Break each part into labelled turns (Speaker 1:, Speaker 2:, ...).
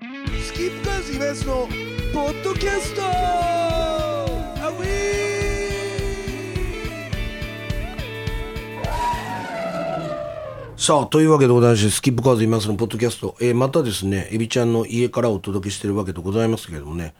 Speaker 1: キープカーズイベントのポッドキャストアウィー
Speaker 2: さあというわけでございましてスキップカーズいますのポッドキャスト、えーまたですねエビちゃんの家からお届けしてるわけでございますけれどもね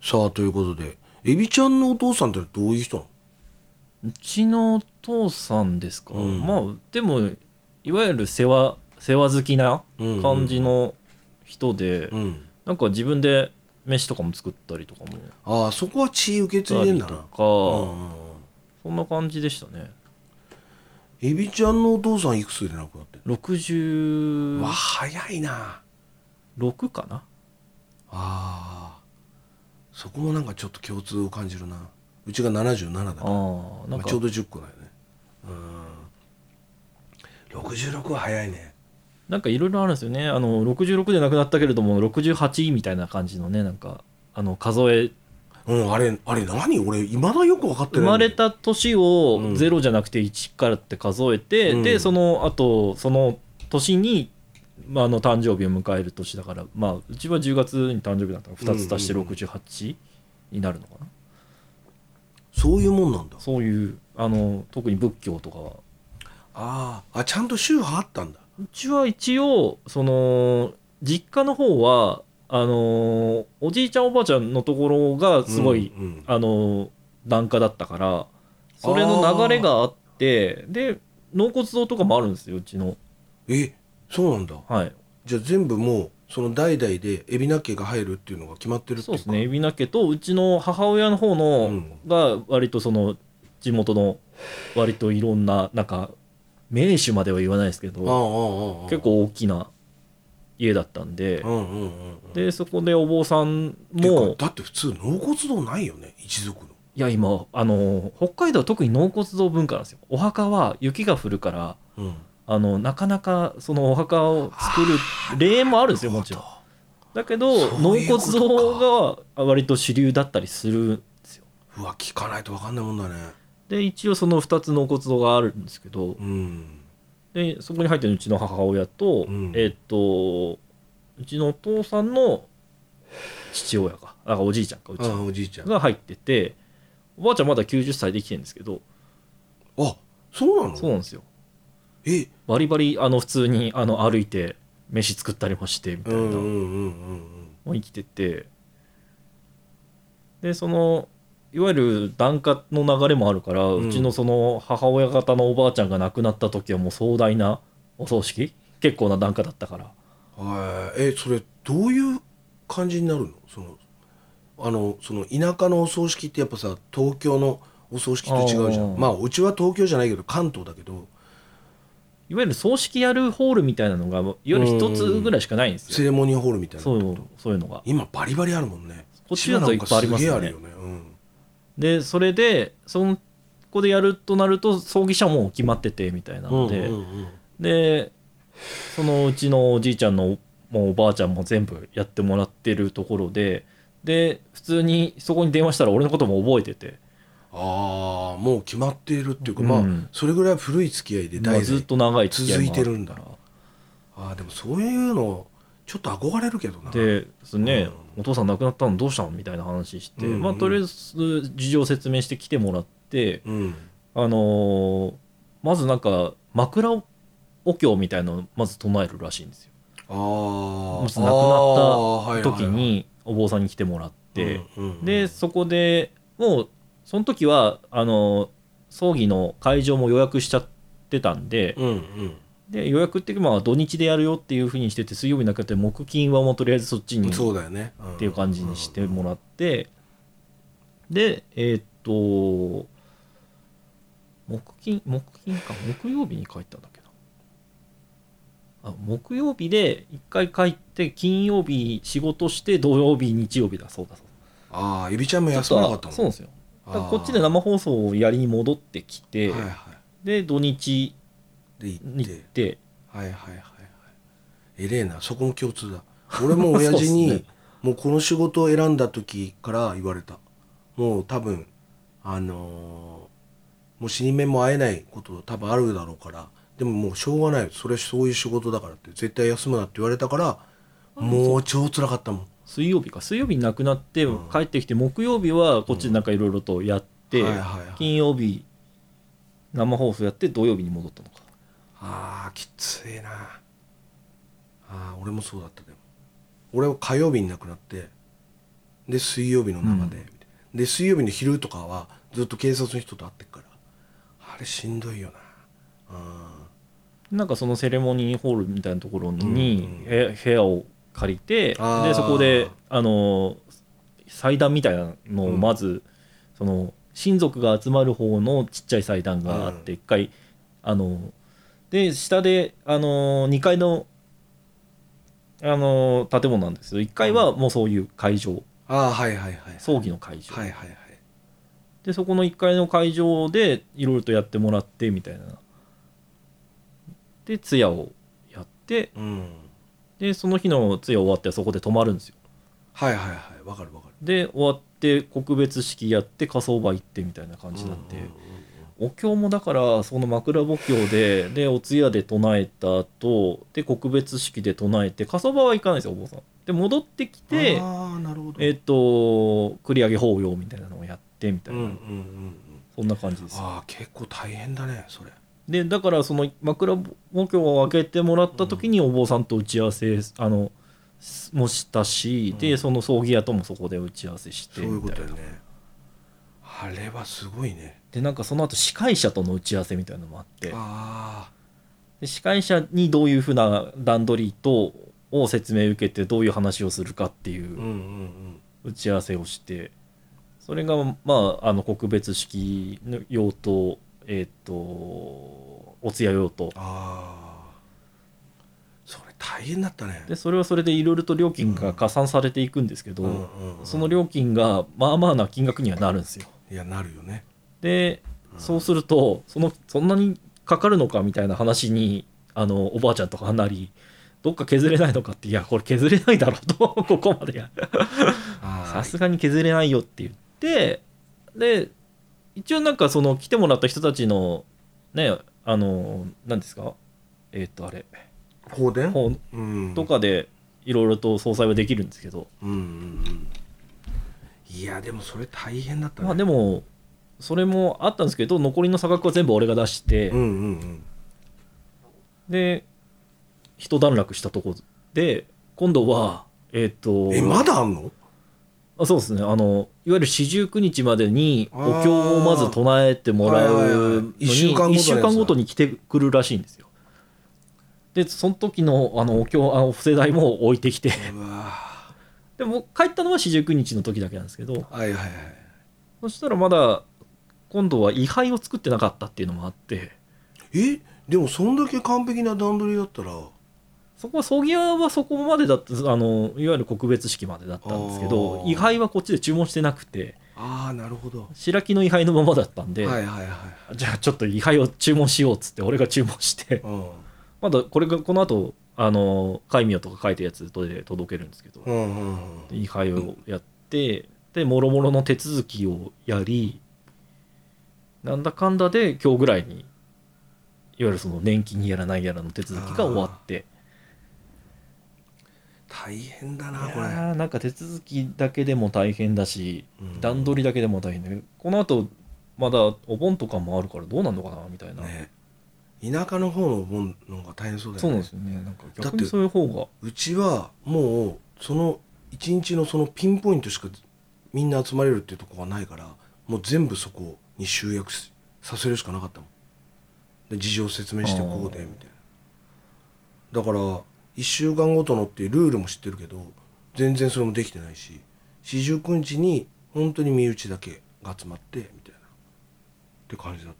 Speaker 2: さあということでエビちゃんのお父さんってどういう人なの
Speaker 3: うちのお父さんですか、まあでもいわゆる世話世話好きな感じの人で、
Speaker 2: うん
Speaker 3: なんか自分で飯とかも作ったりとかも
Speaker 2: ああそこは血受け継
Speaker 3: し
Speaker 2: い
Speaker 3: た
Speaker 2: で
Speaker 3: り
Speaker 2: ん
Speaker 3: と
Speaker 2: だ
Speaker 3: か
Speaker 2: な、
Speaker 3: そんな感じでしたね
Speaker 2: エビちゃんのお父さんいくつで亡くなってるわ
Speaker 3: 66
Speaker 2: 早いな
Speaker 3: かな
Speaker 2: あーそこもなんかちょっと共通を感じるなうちが77だから
Speaker 3: ああなん
Speaker 2: まあ
Speaker 3: か
Speaker 2: ちょうど10個だよねうん66は早いね
Speaker 3: なんかいろいろあるんですよねあの66で亡くなったけれども68みたいな感じのねなんかあの数え
Speaker 2: うんあれあれ何俺いまだよく分かって
Speaker 3: 生
Speaker 2: ない
Speaker 3: まれた年を
Speaker 2: うん
Speaker 3: 0じゃなくて1からって数えて、
Speaker 2: うん
Speaker 3: でその後その年に、まあ、あの誕生日を迎える年だから、まあ、うちは10月に誕生日だったから2つ足して
Speaker 2: うんうんうん
Speaker 3: 68になるのかな、
Speaker 2: そういうもんなんだ
Speaker 3: そういうあの特に仏教とかは
Speaker 2: あーあちゃんと宗派あったんだ
Speaker 3: うちは一応その実家の方はあのおじいちゃんおばあちゃんのところがすごい、
Speaker 2: うんうん
Speaker 3: あの檀家だったからそれの流れがあってで納骨堂とかもあるんですようちの
Speaker 2: えそうなんだ
Speaker 3: はい
Speaker 2: じゃあ全部もうその代々で海老名家が入るっていうのが決まってるって
Speaker 3: そう
Speaker 2: いう
Speaker 3: で
Speaker 2: か
Speaker 3: すね海老名家とうちの母親の方の、
Speaker 2: うん
Speaker 3: が割とその地元の割といろんななんか名手までは言わないですけ
Speaker 2: あああ
Speaker 3: ど
Speaker 2: あああ
Speaker 3: 結構大きな家だったんで
Speaker 2: うんうんうんうん
Speaker 3: でそこでお坊さん
Speaker 2: も
Speaker 3: も
Speaker 2: うだって普通納骨堂ないよね一族の
Speaker 3: いや今あの北海道は特に納骨堂文化なんですよお墓は雪が降るから
Speaker 2: うん
Speaker 3: あのなかなかそのお墓を作る例もあるんですよもちろんだけど
Speaker 2: そう
Speaker 3: 納
Speaker 2: いうこ
Speaker 3: 骨
Speaker 2: とか
Speaker 3: 堂が割と主流だったりするんですよ
Speaker 2: うわ聞かないと分かんないもんだね
Speaker 3: で一応その2つ納骨堂があるんですけど
Speaker 2: うん
Speaker 3: でそこに入ってるうちの母親と、
Speaker 2: うん
Speaker 3: えっとうちのお父さんの父親かあおじいちゃんかう
Speaker 2: あ
Speaker 3: ち
Speaker 2: あおじいちゃんあ
Speaker 3: が入ってておばあちゃんまだ90歳で生きてるんですけど
Speaker 2: そうなの
Speaker 3: そうなんですよ
Speaker 2: え
Speaker 3: バリバリあの普通にあの歩いて飯作ったりもしてみた
Speaker 2: う
Speaker 3: い
Speaker 2: ん
Speaker 3: な、
Speaker 2: うんうんうん
Speaker 3: もう生きててでそのいわゆる檀家の流れもあるから、うんちのその母親方のおばあちゃんが亡くなった時はもう壮大なお葬式結構な檀家だったから
Speaker 2: うんはいえそれどういう感じになるのそのあのその田舎のお葬式ってやっぱさ東京のお葬式と違うじゃ
Speaker 3: あ
Speaker 2: ん
Speaker 3: あ
Speaker 2: まあうちは東京じゃないけど関東だけど
Speaker 3: いわゆる葬式やるホールみたいなのがいわゆる一つぐらいしかないんです
Speaker 2: セ
Speaker 3: よ、
Speaker 2: レモニーホールみたいな
Speaker 3: そうそういうのが
Speaker 2: 今バリバリあるもんね
Speaker 3: こっちだといっぱいありますよ
Speaker 2: 千
Speaker 3: ね
Speaker 2: 葉なんかすげえあるよね
Speaker 3: でそれでそのここでやるとなると葬儀社も決まっててみたいな
Speaker 2: うん
Speaker 3: ので、
Speaker 2: うんうんうん
Speaker 3: でそのうちのおじいちゃんのもうおばあちゃんも全部やってもらってるところでで普通にそこに電話したら俺のことも覚えてて、
Speaker 2: ああもう決まっているっていうか、
Speaker 3: う
Speaker 2: まあ
Speaker 3: ん
Speaker 2: それぐらい古い付き合いで
Speaker 3: まあ
Speaker 2: 大
Speaker 3: ずっ
Speaker 2: 事、
Speaker 3: と長い付き合もあ
Speaker 2: 続いてるんだああでもそういうのちょっと憧れるけどな
Speaker 3: でそのね、
Speaker 2: うん
Speaker 3: お父さん亡くなったのどうしたのみたいな話して、
Speaker 2: うんうん
Speaker 3: まあ、とりあえず事情説明して来てもらって、
Speaker 2: うん
Speaker 3: あのーまずなんか枕お経みたいのをまず唱えるらしいんですよ
Speaker 2: ああ亡
Speaker 3: もし亡くなった時にお坊さんに来てもらって。でそこでもうその時はあの葬儀の会場も予約しちゃってたんで,、
Speaker 2: うんうん
Speaker 3: で予約っていうかまあ土日でやるよっていうふうにしてて水曜日なくて木金はもうとりあえずそっちに
Speaker 2: そ
Speaker 3: っ
Speaker 2: うだよね、ん
Speaker 3: ていう感じにしてもらって、でえーっと木金木金か木曜日に帰ったんだっけなあ木曜日で1回帰って金曜日仕事して土曜日日曜日だそうだそうだ
Speaker 2: ああエビちゃんも
Speaker 3: ちょ
Speaker 2: 休まなかった
Speaker 3: と
Speaker 2: もん
Speaker 3: そうなんですよだから
Speaker 2: あー
Speaker 3: こっちで生放送をやりに戻ってきて、
Speaker 2: はいは
Speaker 3: で土日
Speaker 2: いで行
Speaker 3: に
Speaker 2: っ
Speaker 3: 行ってて
Speaker 2: はいはいはいはいエレーナそこも共通だ俺も親父
Speaker 3: そうっ
Speaker 2: に
Speaker 3: すね
Speaker 2: もうこの仕事を選んだ時から言われたもう多分あのーもう死に目も会えないこと多分あるだろうからでももうしょうがないそれそういう仕事だからって絶対休むなって言われたからもう超辛かったもん
Speaker 3: 水曜日か水曜日になくなって
Speaker 2: うん
Speaker 3: 帰ってきて木曜日はこっちでなんかいろいろとやって、
Speaker 2: はいはいはい
Speaker 3: 金曜日生放送やって土曜日に戻ったのか
Speaker 2: ああきついなああ俺もそうだったでも俺は火曜日に亡くなってで水曜日の生で、で水曜日の昼とかはずっと警察の人と会ってっからあれしんどいよな
Speaker 3: なんかそのセレモニーホールみたいなところに
Speaker 2: うん
Speaker 3: 部屋部屋を借りて
Speaker 2: あー
Speaker 3: でそこであの祭壇みたいなのをまず、その親族が集まる方のちっちゃい祭壇があって一回あので下であの2階のあの建物なんですよ1階はもうそういう会場
Speaker 2: あああはいはいはい
Speaker 3: 葬儀の会場、
Speaker 2: はいはいはい
Speaker 3: でそこの1階の会場でいろいろとやってもらってみたいなで通夜をやって
Speaker 2: うん
Speaker 3: でその日の通夜終わってそこで泊まるんですよ
Speaker 2: はいはいはいわかるわかる
Speaker 3: で終わって告別式やって火葬場行ってみたいな感じになって、
Speaker 2: うんうんうん
Speaker 3: お経もだからその枕墓経ででお通夜で唱えた後で告別式で唱えて火葬場は行かないですよお坊さんで戻ってきて
Speaker 2: ああなるほど
Speaker 3: えっ、と繰り上げ法要みたいなのをやってみた
Speaker 2: う
Speaker 3: い
Speaker 2: ん
Speaker 3: な、
Speaker 2: うんうんうん
Speaker 3: そんな感じです
Speaker 2: ああ結構大変だねそれ
Speaker 3: でだからその枕木を開けてもらった時にお坊さんと打ち合わせ、あのすもしたし、
Speaker 2: う
Speaker 3: で
Speaker 2: ん
Speaker 3: その葬儀屋ともそこで打ち合わせし
Speaker 2: そ
Speaker 3: て
Speaker 2: ういう
Speaker 3: み
Speaker 2: こ
Speaker 3: たい
Speaker 2: と
Speaker 3: な
Speaker 2: よねあれはすごいね
Speaker 3: でなんかその後司会者との打ち合わせみたいなのもあって
Speaker 2: あ
Speaker 3: で司会者にどういうふうな段取りとを説明受けてどういう話をするかってい
Speaker 2: あうん
Speaker 3: う
Speaker 2: うんうん
Speaker 3: 打ち合わせをしてそれがまああの告別式の用途えっ、とお通夜用途
Speaker 2: ああそれ大変だったね
Speaker 3: でそれはそれでいろいろと料金が加算されていくんですけど、
Speaker 2: うんうんうん
Speaker 3: その料金がまあまあな金額にはなるんですよ。
Speaker 2: いやなるよね
Speaker 3: でそうするとそのそんなにかかるのかみたいな話にあのおばあちゃんとかなりどっか削れないのかっていやこれ削れないだろうと ここまでや
Speaker 2: さ
Speaker 3: さすがに削れないよって言ってで一応なんかその来てもらった人たちのねあの何ですかえっ、とあれ
Speaker 2: 放電
Speaker 3: 本
Speaker 2: うん
Speaker 3: とかでいろいろと総裁はできるんですけど
Speaker 2: うんうんうんいやでもそれ大変だったね
Speaker 3: まあでもそれもあったんですけど残りの差額は全部俺が出して、
Speaker 2: うんうんうん
Speaker 3: で一段落したとこで今度はえっ、と
Speaker 2: えまだあんの
Speaker 3: あそうですねあのいわゆる四十九日までにお経をまず唱えてもらう
Speaker 2: あーはいはい
Speaker 3: の
Speaker 2: はい
Speaker 3: に
Speaker 2: 一週間ごとのやつ
Speaker 3: 一週間ごとに来てくるらしいんですよでその時のあのお経あのお布施代も置いてきて
Speaker 2: うわ
Speaker 3: でも帰ったのは四十九日の時だけなんですけど
Speaker 2: ーはいはいはい
Speaker 3: そしたらまだ今度は位牌を作ってなかったっていうのもあって
Speaker 2: えでもそんだけ完璧な段取りだったら
Speaker 3: そこは葬儀屋はそこまでだったあのいわゆる告別式までだったんですけど
Speaker 2: あー
Speaker 3: 位牌はこっちで注文してなくて
Speaker 2: ああなるほど
Speaker 3: 白木の位牌のままだったんで、
Speaker 2: はいはいはい
Speaker 3: じゃあちょっと位牌を注文しようっつって俺が注文して
Speaker 2: うん
Speaker 3: まだこれがこの後あの戒名とか書いたやつで届けるんですけど
Speaker 2: うんうんうん
Speaker 3: 位牌をやってでもろもろの手続きをやりなんだかんだで今日ぐらいにいわゆるその年金やらないやらの手続きが終わって。
Speaker 2: 大変だ
Speaker 3: い
Speaker 2: な
Speaker 3: や
Speaker 2: これ
Speaker 3: ーなんか手続きだけでも大変だし、
Speaker 2: うん
Speaker 3: 段取りだけでも大変だけどこのあとまだお盆とかもあるからどうなんのかなみたいな、
Speaker 2: ね田舎の方の本のが大変そうだよね
Speaker 3: そうなんですよねなんか
Speaker 2: だっ
Speaker 3: 逆
Speaker 2: て
Speaker 3: にそういう方が
Speaker 2: うちはもうその一日のそのピンポイントしかみんな集まれるっていうとこがないからもう全部そこに集約しさせるしかなかったもんで事情を説明してこうでみたいなだから1週間ごとのっていうルールも知ってるけど全然それもできてないし四十九日に本当に身内だけが集まってみたいなって感じだっ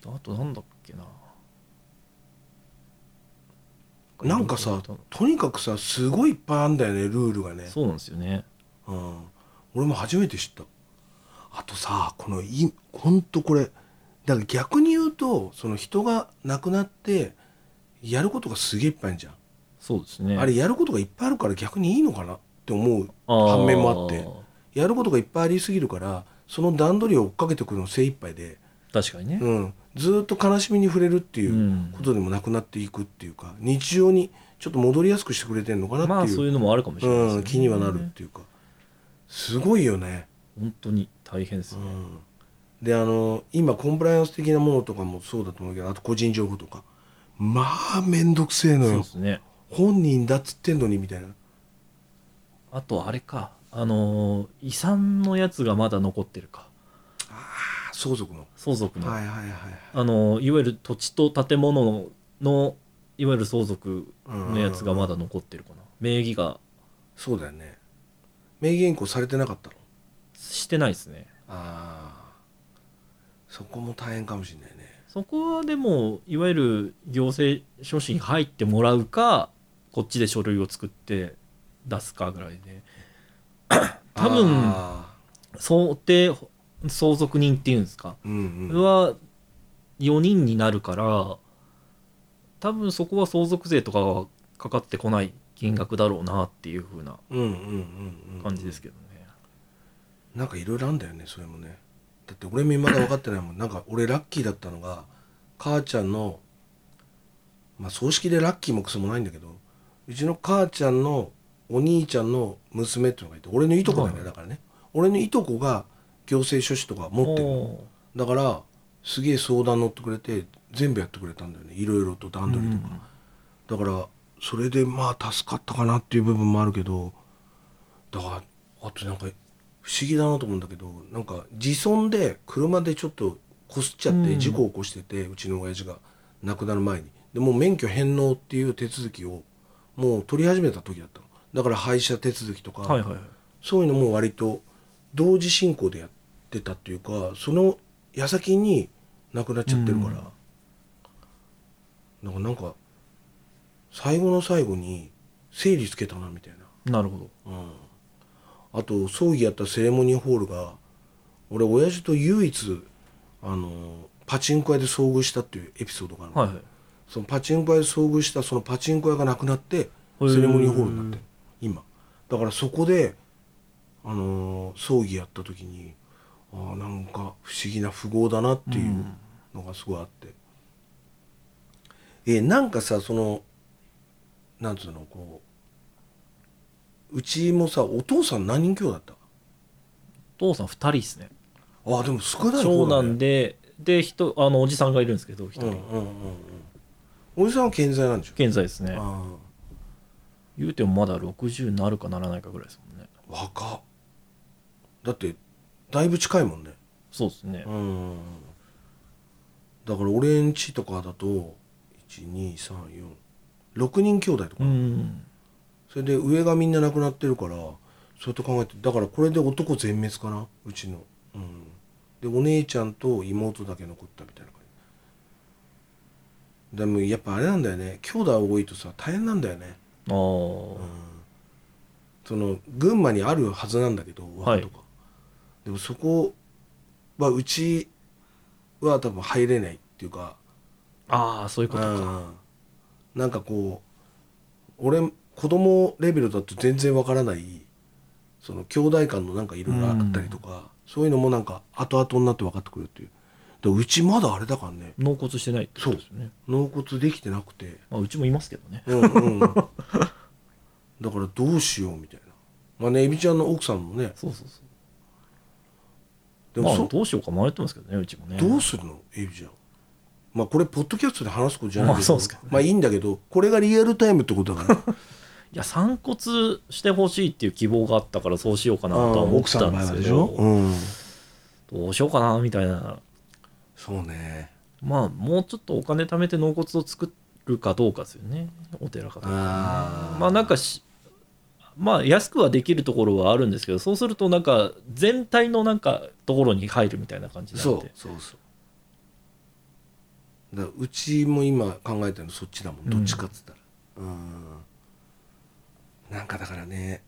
Speaker 2: た
Speaker 3: あとなんだっけな
Speaker 2: なんかさとにかくさすごいいっぱいあんだよねルールがね
Speaker 3: そうなんですよね
Speaker 2: うん、俺も初めて知ったあとさこのいほんとこれだから逆に言うとその人が亡くなってやることがすげえいっぱいあるじゃん、
Speaker 3: そうですね
Speaker 2: あれやることがいっぱいあるから逆にいいのかなって思う
Speaker 3: あー
Speaker 2: 反面もあってやることがいっぱいありすぎるからその段取りを追っかけてくるの精一杯で、
Speaker 3: 確かにね、
Speaker 2: うん、ずーっと悲しみに触れるっていううことにもなくなっていくっていうか日常にちょっと戻りやすくしてくれてんのかなっていう,、
Speaker 3: まあそういうのもあるかもしれないです
Speaker 2: う
Speaker 3: ね
Speaker 2: ん、気にはなるっていうかすごいよね、
Speaker 3: 本当に大変です
Speaker 2: う
Speaker 3: ね、
Speaker 2: ん、であの今コンプライアンス的なものとかもそうだと思うけどあと個人情報とかまあ面倒くせえの
Speaker 3: そう
Speaker 2: よ
Speaker 3: ですね
Speaker 2: 本人だっつってんのにみたいな
Speaker 3: あとあれかあのー遺産のやつがまだ残ってるか
Speaker 2: あ相続の
Speaker 3: 相続の、
Speaker 2: はいはいはい
Speaker 3: あのーいわゆる土地と建物のいわゆる相続のやつがまだ残ってるかな、名義が
Speaker 2: そうだよね名義変更されてなかったの
Speaker 3: してないですね
Speaker 2: ああそこも大変かもしれないね
Speaker 3: そこはでもいわゆる行政書士に入ってもらうかこっちで書類を作って出すかぐらいで多分
Speaker 2: あ
Speaker 3: 想定相続人っていうんですか
Speaker 2: ーうんうん
Speaker 3: は4人になるから多分そこは相続税とかはかかってこない金額だろうなっていう風な
Speaker 2: うんうんうんうん
Speaker 3: 感じですけどね、
Speaker 2: なんかいろいろあんだよねそれもねだって俺もまだ分かってないもんなんか俺ラッキーだったのが母ちゃんのまあ葬式でラッキーもクソもないんだけどうちの母ちゃんのお兄ちゃんの娘っていうのがいて俺のいとこなんだよ
Speaker 3: は
Speaker 2: だ
Speaker 3: い
Speaker 2: からね俺のいとこが行政書士とか持ってるの
Speaker 3: お
Speaker 2: だからすげえ相談乗ってくれて全部やってくれたんだよねいろいろと段
Speaker 3: ー
Speaker 2: 取りとか、だからそれでまあ助かったかなっていう部分もあるけどだからあとなんか不思議だなと思うんだけどなんか自損で車でちょっとこすっちゃっ
Speaker 3: う
Speaker 2: て
Speaker 3: ん
Speaker 2: 事故を起こしてて、うちの親父が亡くなる前にでもう免許返納っていう手続きをもう取り始めた時だったのだから廃車手続きとか、
Speaker 3: はいはいはい
Speaker 2: そういうのも割と同時進行でやってたっていうかその矢先に亡くなっちゃってるから、なんかなんか最後の最後に整理つけたなみたい
Speaker 3: なるほど
Speaker 2: な、うん、あと葬儀やったセレモニーホールが俺親父と唯一あのパチンコ屋で遭遇したっていうエピソードがあるの、
Speaker 3: はいはい
Speaker 2: そのパチンコ屋で遭遇したそのパチンコ屋がなくなって
Speaker 3: へー
Speaker 2: セレモニーホールになってる今だからそこで、あのー葬儀やった時にあーなんか不思議な富豪だなっていうのがすごいあって、えなんかさそのなんつうのこううちもさお父さん何人兄弟だった
Speaker 3: お父さん2人ですね
Speaker 2: あーでも少ない
Speaker 3: 長
Speaker 2: 方だね
Speaker 3: 男でで人あのおじさんがいるんですけど1
Speaker 2: うんうんうん
Speaker 3: 人
Speaker 2: うんおじさんは健在なんでしょ
Speaker 3: 現在ですね
Speaker 2: あー
Speaker 3: 言うてもまだ60なるかならないかぐらいですもんね
Speaker 2: 若っだってだいぶ近いもんね
Speaker 3: そうですね
Speaker 2: うんだから俺んちとかだと12346人兄弟とか、
Speaker 3: うん
Speaker 2: それで上がみんな亡くなってるからそうやって考えてだからこれで男全滅かなうちのうんでお姉ちゃんと妹だけ残ったみたいな感じでもやっぱあれなんだよね兄弟多いとさ大変なんだよね
Speaker 3: ああ
Speaker 2: その群馬にあるはずなんだけど
Speaker 3: はい
Speaker 2: 和歌とかでもそこはうちは多分入れないっていうか
Speaker 3: ああそういうことか
Speaker 2: うんなんかこう俺子供レベルだと全然わからないその兄弟間のなんかいろいろあったりとか、そういうのもなんか後々になって分かってくるっていうでうちまだあれだからね
Speaker 3: 納骨してないってことですよね
Speaker 2: 納骨できてなくて
Speaker 3: まあ、うちもいますけどね
Speaker 2: うんうん、だからどうしようみたいなまあねエビちゃんの奥さんもね
Speaker 3: そうそうそ
Speaker 2: で
Speaker 3: うま
Speaker 2: も
Speaker 3: あ
Speaker 2: そ、
Speaker 3: どうしようか迷ってますけどねうちもね
Speaker 2: どうするのエビちゃんまあこれポッドキャストで話すことじゃないけど、
Speaker 3: まあそうっすけどね
Speaker 2: まあいいんだけどこれがリアルタイムってことだから
Speaker 3: いや散骨してほしいっていう希望があったからそうしようかなとは思っ
Speaker 2: 奥さ
Speaker 3: てた
Speaker 2: んの
Speaker 3: ん
Speaker 2: 前
Speaker 3: で
Speaker 2: は
Speaker 3: す
Speaker 2: で
Speaker 3: け
Speaker 2: し
Speaker 3: ど
Speaker 2: ょ、うん、
Speaker 3: どうしようかなみたいな
Speaker 2: そうね
Speaker 3: まあもうちょっとお金貯めて納骨を作るかどうかですよねお寺かどうか
Speaker 2: あー
Speaker 3: まあなんかしまあ安くはできるところはあるんですけどそうするとなんか全体のなんかところに入るみたいな感じにな
Speaker 2: そ
Speaker 3: っ
Speaker 2: う
Speaker 3: て
Speaker 2: そうそうだからうちも今考えてるのそっちだもんどっちかっつったらうんなんかだからね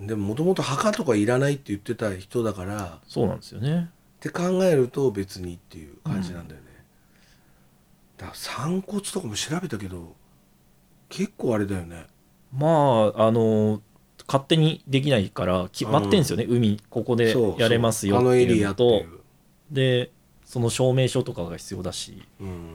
Speaker 2: でももともと墓とかいらないって言ってた人だから
Speaker 3: そうなんですよね
Speaker 2: って考えると別にっていう感じなんだよね、だから散骨とかも調べたけど結構あれだよね
Speaker 3: まああの勝手にできないから決まってんすよね、海ここで
Speaker 2: そう
Speaker 3: やれますよ
Speaker 2: そ
Speaker 3: っ
Speaker 2: うあの
Speaker 3: て
Speaker 2: エ
Speaker 3: い
Speaker 2: リ
Speaker 3: う
Speaker 2: アっ
Speaker 3: の
Speaker 2: て
Speaker 3: と
Speaker 2: いう
Speaker 3: でその証明書とかが必要だし
Speaker 2: うん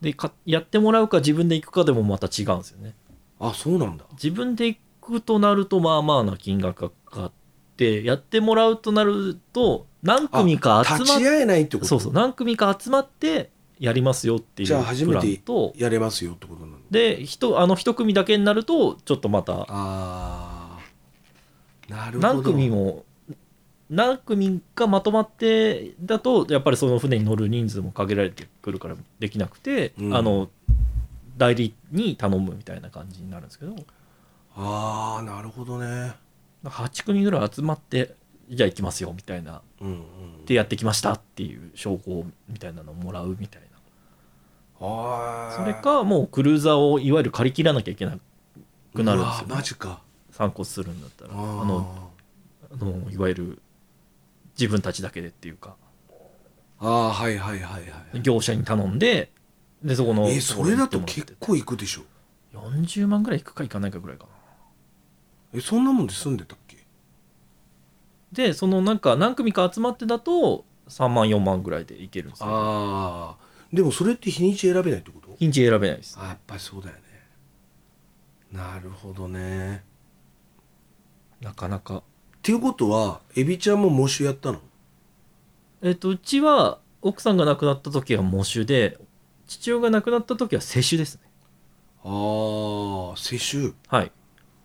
Speaker 3: でかやってもらうか自分で行くかでもまた違うんですよね
Speaker 2: あそうなんだ
Speaker 3: 自分で行くとなるとまあまあな金額がかかってやってもらうとなると何
Speaker 2: あ
Speaker 3: 組か集まっ
Speaker 2: 立ち会えないってこと
Speaker 3: そうそう何組か集まってやりますよっていう
Speaker 2: じゃあ初
Speaker 3: プ
Speaker 2: め
Speaker 3: ラ
Speaker 2: て
Speaker 3: ンと
Speaker 2: やれますよってことなんだ
Speaker 3: で一あの一組だけになるとちょっとまた
Speaker 2: あーなるほど
Speaker 3: 何組も何組がまとまってだとやっぱりその船に乗る人数も限られてくるからできなくて、
Speaker 2: うん
Speaker 3: あの代理に頼むみたいな感じになるんですけど
Speaker 2: ああなるほどね
Speaker 3: 8組ぐらい集まってじゃあ行きますよみたいな
Speaker 2: うんうん
Speaker 3: でやってきましたっていう証拠みたいなのをもらうみたいな
Speaker 2: あー
Speaker 3: それかもうクルーザーをいわゆる借り切らなきゃいけなくなるんですよ
Speaker 2: う
Speaker 3: ね、
Speaker 2: わマジか
Speaker 3: 散骨するんだったら
Speaker 2: あ
Speaker 3: あ
Speaker 2: ー
Speaker 3: のあのいわゆる自分たちだけでっていうか
Speaker 2: あーはいはいはいはい
Speaker 3: 業者に頼んででそこの
Speaker 2: えそれだと
Speaker 3: ころに行って
Speaker 2: 結構いくでしょ
Speaker 3: もらって40万ぐらいいくかいかないかぐらいかな
Speaker 2: えそんなもんで住んでたっけ
Speaker 3: でそのなんか何組か集まってだと3万4万ぐらいでいけるんですよ
Speaker 2: ああでもそれって日にち選べないってこと
Speaker 3: 日にち選べないです
Speaker 2: あやっぱりそうだよねなるほどね
Speaker 3: なかなか
Speaker 2: っていうことはエビちゃんも喪主やったの
Speaker 3: えっとうちは奥さんが亡くなった時は喪主で父親が亡くなった時は世主ですね
Speaker 2: ああ世襲
Speaker 3: はい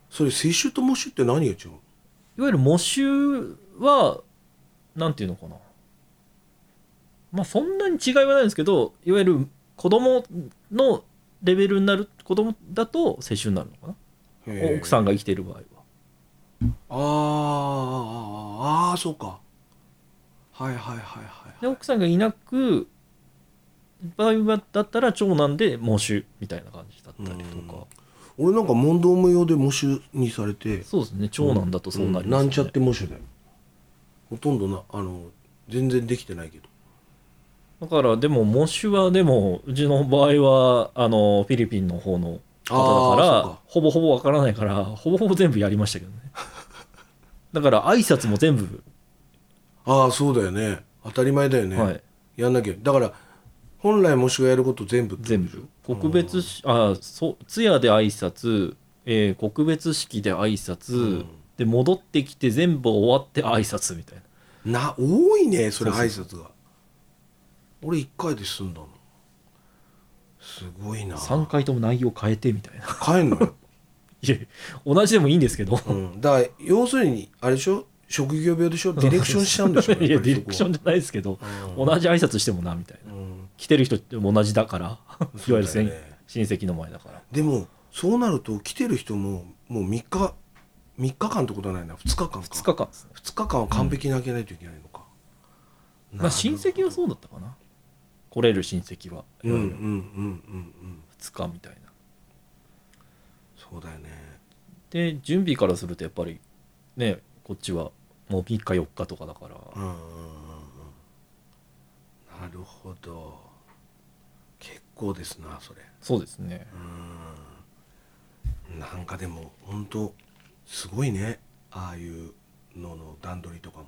Speaker 2: それ世襲と喪主って何が違うの
Speaker 3: いわゆる喪主は、なんていうのかな。まあ、そんなに違いはないんですけど、いわゆる子供のレベルになる、子供だと世襲になるのかな。奥さ
Speaker 2: ん
Speaker 3: んが生きている場合は。
Speaker 2: あーあーあーそうかはいはいはいはい
Speaker 3: で、奥さんがいなく、場合はだったら長男で喪主みたいな感じだったりとか。
Speaker 2: 俺なんか問答無用で喪主にされて
Speaker 3: そうですね、長男だとそうなり
Speaker 2: ん
Speaker 3: ます、
Speaker 2: な
Speaker 3: ね
Speaker 2: んちゃって喪主だよほとんどなあの全然できてないけど
Speaker 3: だから、でも、喪主は、でも、うちの場合は、あの、フィリピンの方の方だか
Speaker 2: あー
Speaker 3: ら
Speaker 2: そうか
Speaker 3: ほぼほぼわからないからほぼほぼ全部やりまし たけどねだから挨拶も全部、
Speaker 2: ああそうだよね当たり前だよね、
Speaker 3: はい、
Speaker 2: やんなきゃだから本来喪主がやること全部
Speaker 3: 全部告別しあそう通夜で挨拶、えー告別式で挨拶、
Speaker 2: うん
Speaker 3: で戻ってきて全部終わって挨拶みたいな
Speaker 2: な多いねそれ
Speaker 3: そう
Speaker 2: 挨
Speaker 3: そ
Speaker 2: 拶が俺1回で済んだのすごいな
Speaker 3: 3回とも内容変えてみたいな
Speaker 2: 帰んのよ、
Speaker 3: いや同じでもいいんですけど
Speaker 2: うん、だから要するにあれでしょ職業病でしょディレクションしちゃうんでしょ
Speaker 3: いやディレクション
Speaker 2: ン
Speaker 3: じゃないですけど
Speaker 2: う
Speaker 3: 同
Speaker 2: ん
Speaker 3: じ挨拶してもなみたいな
Speaker 2: うん
Speaker 3: 来てる人って同じ だからいわゆる
Speaker 2: そう
Speaker 3: 先
Speaker 2: だよね
Speaker 3: 親戚の前だから
Speaker 2: でもそうなると来てる人ももう3日3日間ってことはないな2日間か
Speaker 3: 2日間ですね
Speaker 2: 二日間は完璧に開けないといけないのか、
Speaker 3: まあ親戚はそうだったかな来れる親戚は
Speaker 2: うんうんうんうん
Speaker 3: 2
Speaker 2: うん
Speaker 3: 日みたいな
Speaker 2: そうだよね
Speaker 3: で準備からするとやっぱりねこっちはもう3日4日とかだから
Speaker 2: うんうんうんうんなるほど結構ですなそれ
Speaker 3: そうですね
Speaker 2: うんなんかでも本当すごいねああいうのの段取りとかも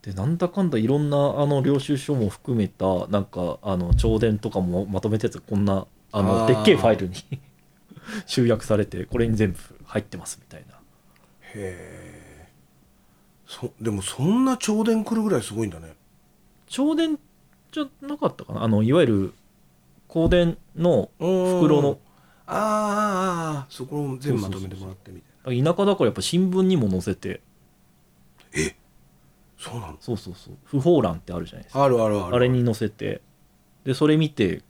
Speaker 3: でなんだかんだいろんなあの領収書も含めたなんかあの弔電とかもまとめたやつがこんなあの
Speaker 2: あー
Speaker 3: でっけえファイルに 集約されてこれに全部入ってますみたいな
Speaker 2: へえそでもそんな朝電来るぐらいすごいんだね
Speaker 3: 弔電じゃなかったかなあのいわゆる香典の
Speaker 2: 袋
Speaker 3: 袋の
Speaker 2: ああああああそこを全部まとめてもらってみたい
Speaker 3: 田舎だからやっぱ新聞にも載せて
Speaker 2: なそうなの
Speaker 3: そうそうそう不法欄ってあるじゃないですか
Speaker 2: あるあるあ
Speaker 3: あ
Speaker 2: る
Speaker 3: れに載せてでそれ見て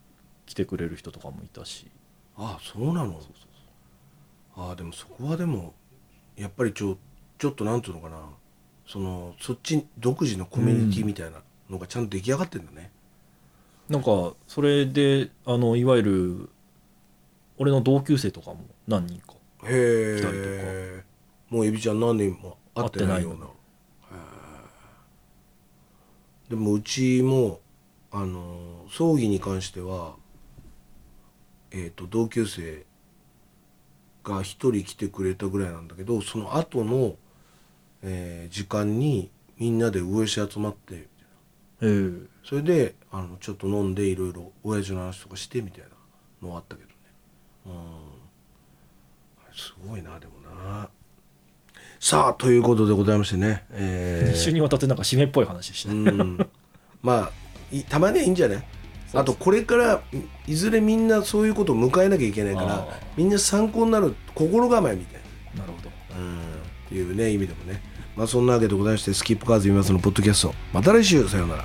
Speaker 3: 来てくれる人とかもいたし
Speaker 2: あそうなの
Speaker 3: そうそうそ
Speaker 2: ああでもそこはでもやっぱりちょちょっとなんていうのかなそのそっち独自のコミュニティみたいなのがちゃんと出来上がってんだね、
Speaker 3: うなんかそれであのいわゆる俺の同級生とかも何人か
Speaker 2: へ
Speaker 3: 来たり
Speaker 2: えもうエビちゃん何年も会ってないような
Speaker 3: 会ってないの
Speaker 2: へえでもうちもあのー葬儀に関してはえっ、と同級生が一人来てくれたぐらいなんだけどその後の、えー時間にみんなで上し集まって
Speaker 3: えー
Speaker 2: それであのちょっと飲んでいろいろ親父の話とかしてみたいなのはあったけどねうんすごいなでもなさあということでございましてね、えー
Speaker 3: 一緒にわたってなんか締めっぽい話でした
Speaker 2: う
Speaker 3: ね、
Speaker 2: んまあいたまにはいいんじゃないあとこれからいいずれみんなそういうことを迎えなきゃいけないか
Speaker 3: あ
Speaker 2: ら
Speaker 3: ー
Speaker 2: みんな参考になる心構えみたい
Speaker 3: なるほど
Speaker 2: なうんっていうね意味でもねまあそんなわけでございましてスキップカーズ今すのポッドキャストまた来週さようなら